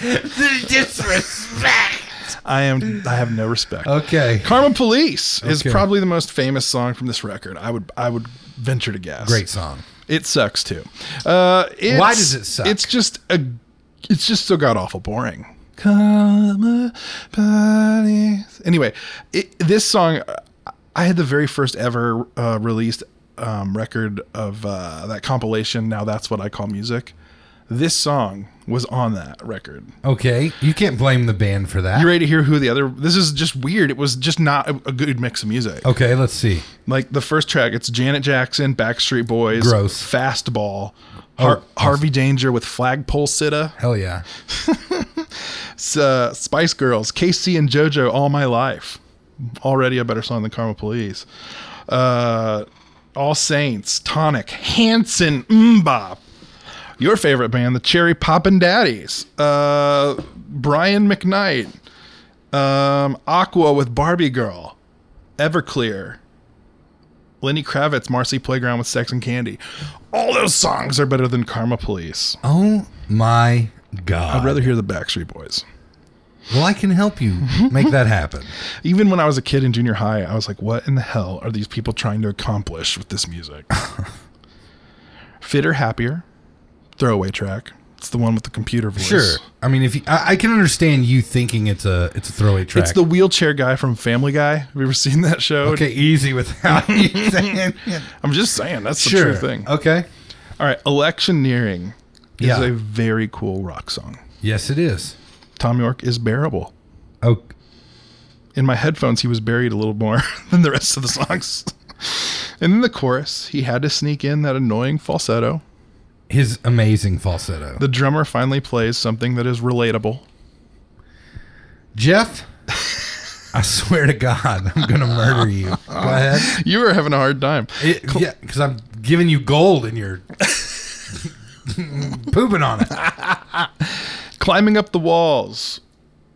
the disrespect. I am I have no respect. Okay. Karma Police is Okay. probably the most famous song from this record. I would I would venture to guess. Great song. It sucks too. Uh, it's- Why does it suck? It's just a it's just so god awful boring. Karma Police. Anyway, it, this song uh, I had the very first ever uh, released um, record of uh, that compilation. Now that's what I call music. This song was on that record. Okay. You can't blame the band for that. You ready to hear who the other? This is just weird. It was just not a, a good mix of music. okay, let's see. Like the first track, it's Janet Jackson, Backstreet Boys, Gross. Fastball, Har- Harvey Danger with Flagpole Sitta, Hell yeah. S- uh, Spice Girls, Casey and JoJo, All My Life. Already a better song than Karma Police. Uh, All Saints, Tonic, Hanson, Mbop. Your favorite band, the Cherry Poppin' Daddies, uh, Brian McKnight, um, Aqua with Barbie Girl, Everclear, Lenny Kravitz, Marcy Playground with Sex and Candy. All those songs are better than Karma Police. Oh my god. I'd rather hear the Backstreet Boys. Well, I can help <laughs> you make that happen. even when I was a kid in junior high, I was like, what in the hell are these people trying to accomplish with this music? <laughs> Fitter Happier, throwaway track. It's the one with the computer voice. Sure. I mean, if you, I, I can understand you thinking it's a it's a throwaway track. It's the wheelchair guy from Family Guy. Have you ever seen that show? <laughs> okay, easy with <laughs> how <laughs> you saying. Yeah. I'm just saying that's the Sure. true thing. Okay. All right, Electioneering is Yeah. a very cool rock song. Yes, it is. Tom York is bearable. Oh, In my headphones, he was buried a little more <laughs> than the rest of the songs. <laughs> and in the chorus, he had to sneak in that annoying falsetto. his amazing falsetto. The drummer finally plays something that is relatable. Jeff, I swear to God, I'm gonna murder <laughs> you. Go ahead. You were having a hard time. It, yeah, because I'm giving you gold and you're <laughs> pooping on it. Oh Climbing up the walls.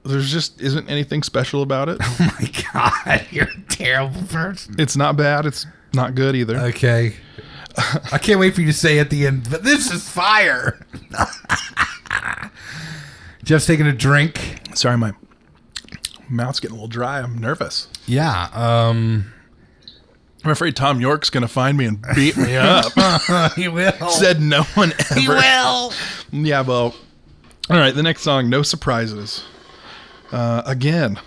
There's just isn't anything special about <laughs> it. Oh my God, <laughs> you're a terrible person. it's not bad. It's not good either. Okay. I can't wait for you to say at the end, but this is fire. <laughs> Jeff's taking a drink. Sorry, my mouth's getting a little dry. I'm nervous. Yeah. Um, I'm afraid Tom York's gonna find me and beat <laughs> me up. he will. Said no <laughs> one ever. he will. Yeah, well. All right, the next song, No Surprises. Uh, again,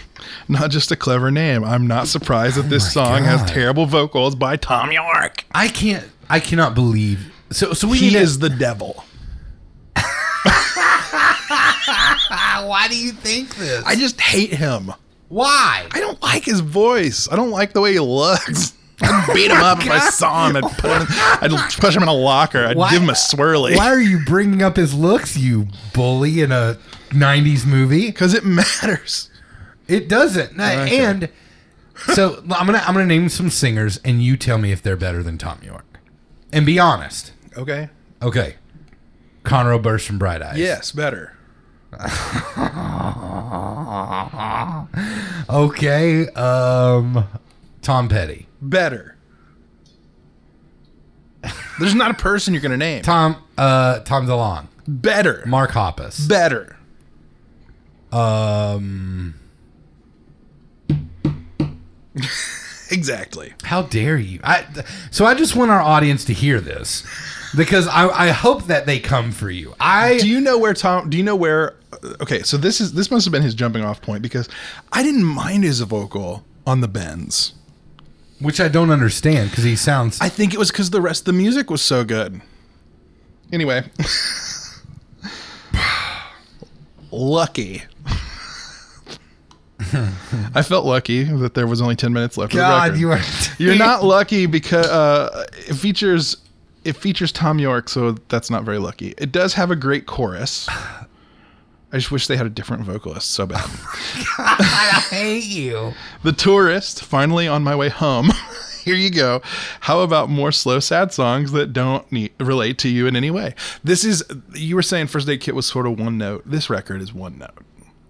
<laughs> not just a clever name. I'm not surprised that this my song has God. terrible vocals by Tom York. I can't. I cannot believe. So, so we need He to- is the devil. Why do you think this? I just hate him. Why? I don't like his voice. I don't like the way he looks. <laughs> I'd beat him up if I saw him. I'd, put him in, I'd push him in a locker. I'd Why- give him a <laughs> swirly. Why are you bringing up his looks, you bully, in a 90s movie? Because it matters. It doesn't. Now, Okay. And so I'm going to I'm going to name some singers and you tell me if they're better than Tom York. And be honest. Okay. Okay. Conroe Burst from Bright Eyes. Yes, better. Okay. Um Tom Petty. Better. There's not a person you're going to name. Tom uh Tom DeLonge. Better. Mark Hoppus. better. um <laughs> Exactly. How dare you? I th- so I just want our audience to hear this because I, I hope that they come for you. I Do you know where Tom? Do you know where? uh, Okay, so this is this must have been his jumping off point because I didn't mind his vocal on the bends. which I don't understand because he sounds I think it was because the rest of the music was so good. Anyway, <laughs> lucky. <laughs> I felt lucky that there was only ten minutes left. of God the record. <laughs> you are You're not lucky because uh, it features it features Tom York, so that's not very lucky. It does have a great chorus. I just wish they had a different vocalist so bad. I hate you. the tourist, finally on my way home. <laughs> Here you go. How about more slow, sad songs that don't need, relate to you in any way? This is you were saying first aid kit was sort of one note. This record is one note. The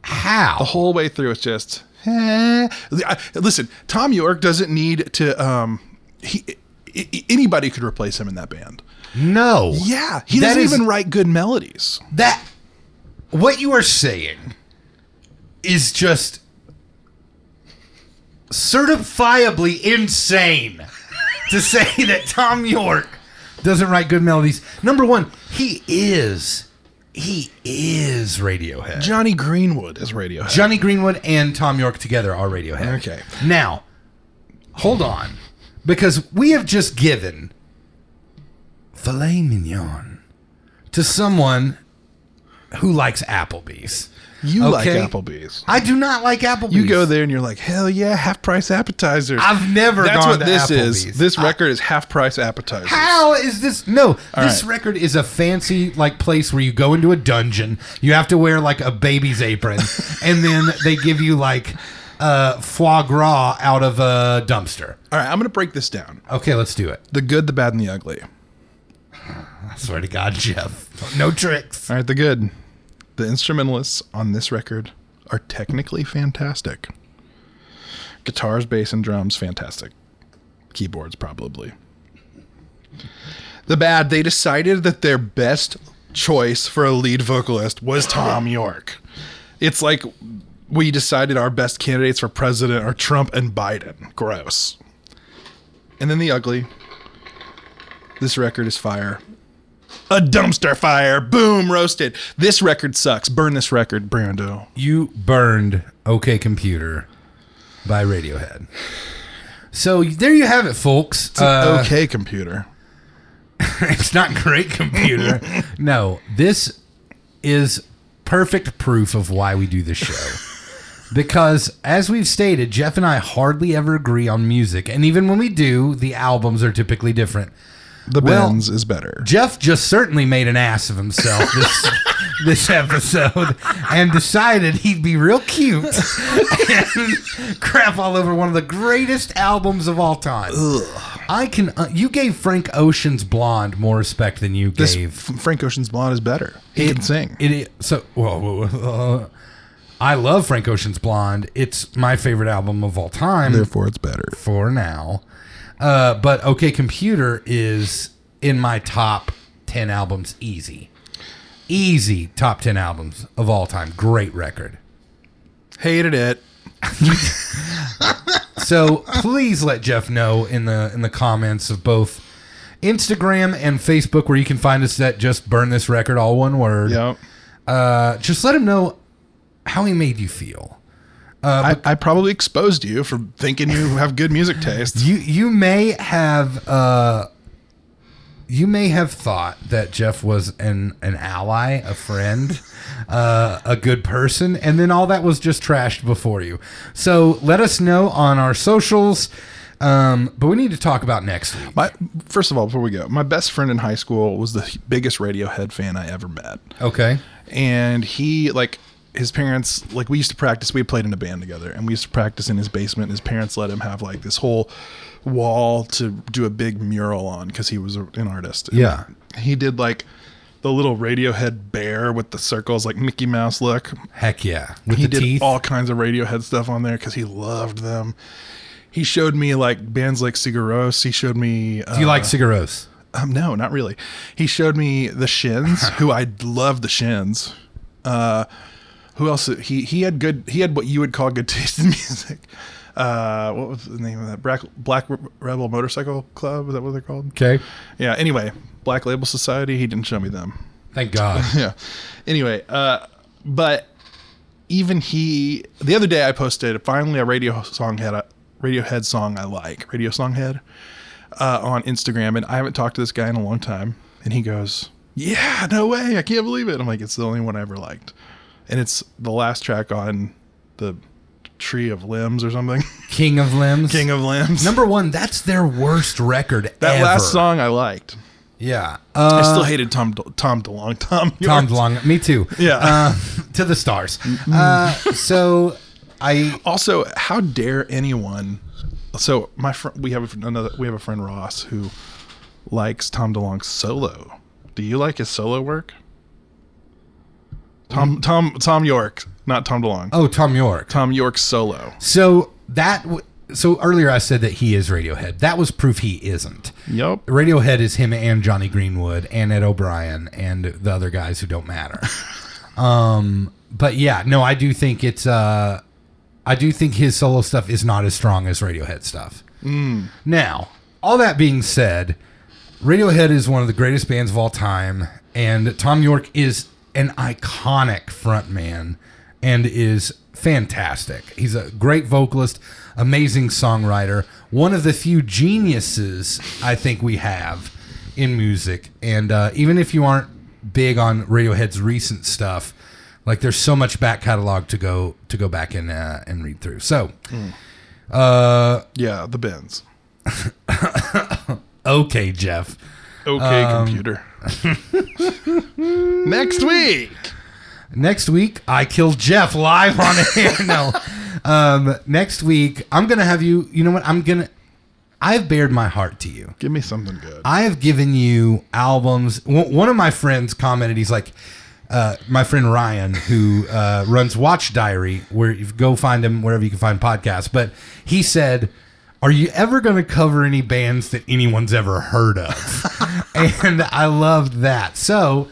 How? whole way through it's just eh. I- listen tom york doesn't need to um he i- i- anybody could replace him in that band No. yeah he That doesn't is- even write good melodies That what you are saying is just certifiably insane to <laughs> say that Tom York doesn't write good melodies. Number one, he is he is Radiohead. johnny greenwood is radiohead Johnny Greenwood and Tom York together are Radiohead. Okay. Now, hold on, because we have just given filet mignon to someone who likes Applebee's. you like Okay. applebee's I do not like Applebee's. you go there and you're like hell yeah half price appetizers I've never that's gone what to this Applebee's. is this record is half price appetizers How is this? No, this right. record is a fancy like place where you go into a dungeon. You have to wear like a baby's <laughs> apron, and then they give you like uh, foie gras out of a dumpster. all right i'm gonna break this down Okay, let's do it. the good the bad and the ugly I swear to God, Jeff, no tricks. all right the good the instrumentalists on this record are technically fantastic guitars, bass, and drums, fantastic. Keyboards, probably. The bad, they decided that their best choice for a lead vocalist was Tom York. It's like we decided our best candidates for president are Trump and Biden. Gross. And then the ugly. This record is fire. A dumpster fire. Boom, roasted. This record sucks. Burn this record, Brando. You burned OK Computer by Radiohead. So there you have it, folks. Uh, okay, computer. <laughs> it's not great <laughs> computer. no, this is perfect proof of why we do this show. <laughs> Because as we've stated, Jeff and I hardly ever agree on music, and even when we do, the albums are typically different. The Well- Benz is better. Jeff just certainly made an ass of himself this <laughs> this episode and decided he'd be real cute and crap all over one of the greatest albums of all time. I can uh, you gave Frank Ocean's Blonde more respect than you This gave F- Frank Ocean's Blonde is better. He can sing. it is so. Whoa, whoa, whoa, uh, I love Frank Ocean's Blonde. It's my favorite album of all time Therefore, it's better. for now. Uh, but OK Computer is in my top ten albums, easy, easy top ten albums of all time. Great record. Hated it. So please let Jeff know in the in the comments of both Instagram and Facebook where you can find us at just burn this record all one word. Yep. Uh, just let him know how he made you feel. I, I probably exposed you for thinking you have good music <laughs> taste. You you may have uh you may have thought that Jeff was an an ally, a friend, <laughs> uh, a good person, and then all that was just trashed before you. So let us know on our socials. Um, but we need to talk about next week. My first of all, before we go, my best friend in high school was the biggest Radiohead fan I ever met, Okay. and he like his parents like we used to practice. We played in a band together, and we used to practice in his basement. His parents let him have like this whole wall to do a big mural on because he was a- an artist. And Yeah. he did like the little Radiohead bear with the circles, like Mickey Mouse look. Heck yeah. With he the did teeth. all kinds of Radiohead stuff on there because he loved them. He showed me like bands like Sigaros. He showed me. Uh, Do you like cigaros? Um, no, not really. He showed me the Shins, who I love the Shins. Uh, who else? He he had good. He had what you would call good <laughs> taste in music. Uh, what was the name of that? Black, Black Rebel Motorcycle Club. Is that what they're called? Okay. Yeah. Anyway, Black Label Society. He didn't show me them Thank <laughs> God. yeah. Anyway, uh, but even he, the other day I posted finally a radio song had a Radiohead song I like, Radio Songhead, uh, on Instagram, and I haven't talked to this guy in a long time, and he goes, "Yeah, no way, I can't believe it." I'm like, "It's the only one I ever liked," and it's the last track on the Tree of Limbs or something, <laughs> King of limbs. King of Limbs. Number one, that's their worst record that ever. last song I liked. Yeah. I Uh, still hated Tom Tom DeLong. Tom Tom York. DeLonge. Me too. Yeah. Uh, <laughs> to the stars. Uh, so I also how dare anyone so my friend we have another we have a friend ross who likes tom delong's solo do you like his solo work tom tom tom york not tom delong oh Tom York. tom york's solo So that w- so earlier I said that he is Radiohead. That was proof he isn't. yep Radiohead is him and Johnny Greenwood and Ed O'Brien and the other guys who don't matter. um, but yeah, no, I do think it's uh, I do think his solo stuff is not as strong as Radiohead stuff. Now, all that being said, Radiohead is one of the greatest bands of all time, and Tom York is an iconic frontman and is fantastic. He's a great vocalist, amazing songwriter, one of the few geniuses I think we have in music. And uh, even if you aren't big on Radiohead's recent stuff, like there's so much back catalog to go to go back and uh, and read through. So, uh, yeah the bends okay, Jeff. okay <laughs> computer next week Next week, I kill Jeff live on <laughs> air. no. Um, next week, I'm going to have you. You know what? I'm going to. I've bared my heart to you. give me something good I have given you albums. One one of my friends commented, he's like, uh, my friend Ryan, who uh, runs Watch Diary, where you go find him wherever you can find podcasts. But he said, "Are you ever going to cover any bands that anyone's ever heard of?" <laughs> and I loved that. So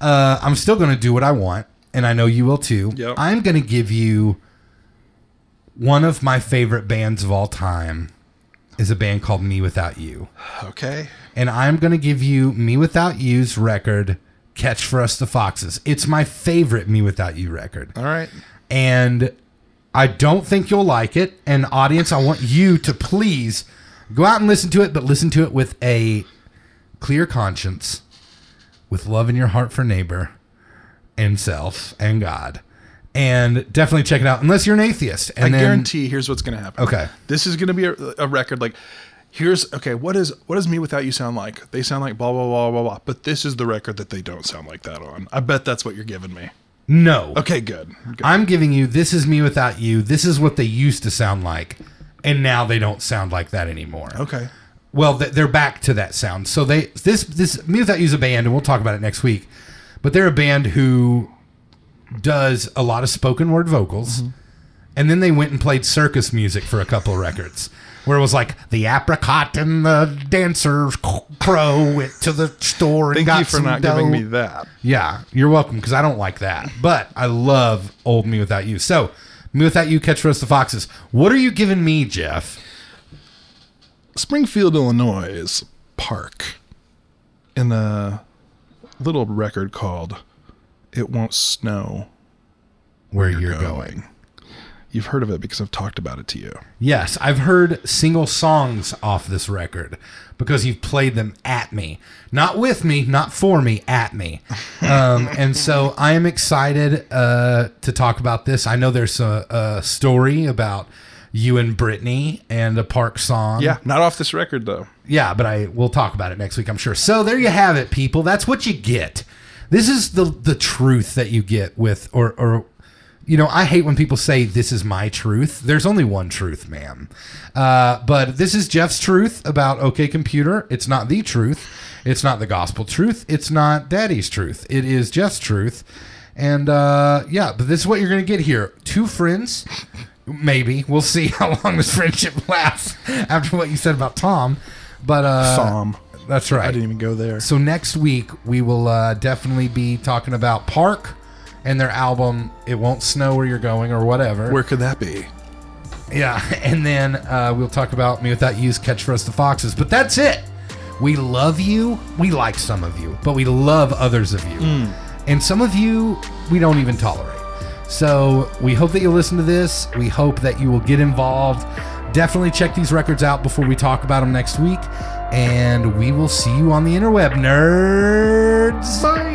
uh, I'm still going to do what I want, and I know you will too. Yep. I'm going to give you one of my favorite bands of all time is a band called Me Without You. Okay. and I'm gonna give you Me Without You's record, Catch for Us the Foxes. It's my favorite Me Without You record. All right. And I don't think you'll like it. And audience, I want you to please go out and listen to it, but listen to it with a clear conscience, with love in your heart for neighbor and self and God. And definitely check it out, unless you're an atheist. And I then- guarantee here's what's going to happen. Okay. This is going to be a, a record like here's okay, what is what does me without you sound like? They sound like blah blah blah blah blah, but this is the record that they don't sound like that on. I bet that's what you're giving me. No. Okay, good. good. I'm giving you this is me without you. This is what they used to sound like, and now they don't sound like that anymore. Okay. Well, th- they're back to that sound. So they this this me without you is a band, and we'll talk about it next week. But they're a band who does a lot of spoken word vocals, Mm-hmm. and then they went and played circus music for a couple of records. Where it was like the apricot and the dancer's crow went to the store and Thank got you for some not dough. giving me that. Yeah, you're welcome because I don't like that. But I love old Me Without You. So, Me Without You, Catch Roast the Foxes. What are you giving me, Jeff? Springfield, Illinois is Park in a little record called It Won't Snow Where you're, going. Going. You've heard of it because I've talked about it to you. Yes, I've heard single songs off this record because you've played them at me. Not with me, not for me, at <laughs> me. Um, and so I am excited uh, to talk about this. I know there's a, a story about you and Brittany and a park song. Yeah, not off this record though. Yeah, but I we'll talk about it next week, I'm sure. So there you have it, people. That's what you get. This is the the truth that you get with or or you know, I hate when people say this is my truth. There's only one truth, ma'am. Uh, but this is Jeff's truth about OK Computer. It's not the truth. It's not the gospel truth. It's not Daddy's truth. It is Jeff's truth. And uh, yeah, but this is what you're going to get here. Two friends Maybe we'll see <laughs> how long this friendship <laughs> lasts after what you said about Tom. But uh, Psalm. that's I right. didn't even go there. So next week we will uh, definitely be talking about Park and their album "It Won't Snow Where You're Going" or whatever. Where could that be? yeah, <laughs> and then uh, we'll talk about "Me Without You's Catch for Us the Foxes." But that's it. We love you. We like some of you, but we love others of you, and some of you we don't even tolerate. So we hope that you listen to this. We hope that you will get involved. Definitely check these records out before we talk about them next week. And we will see you on the interweb, nerds. Bye.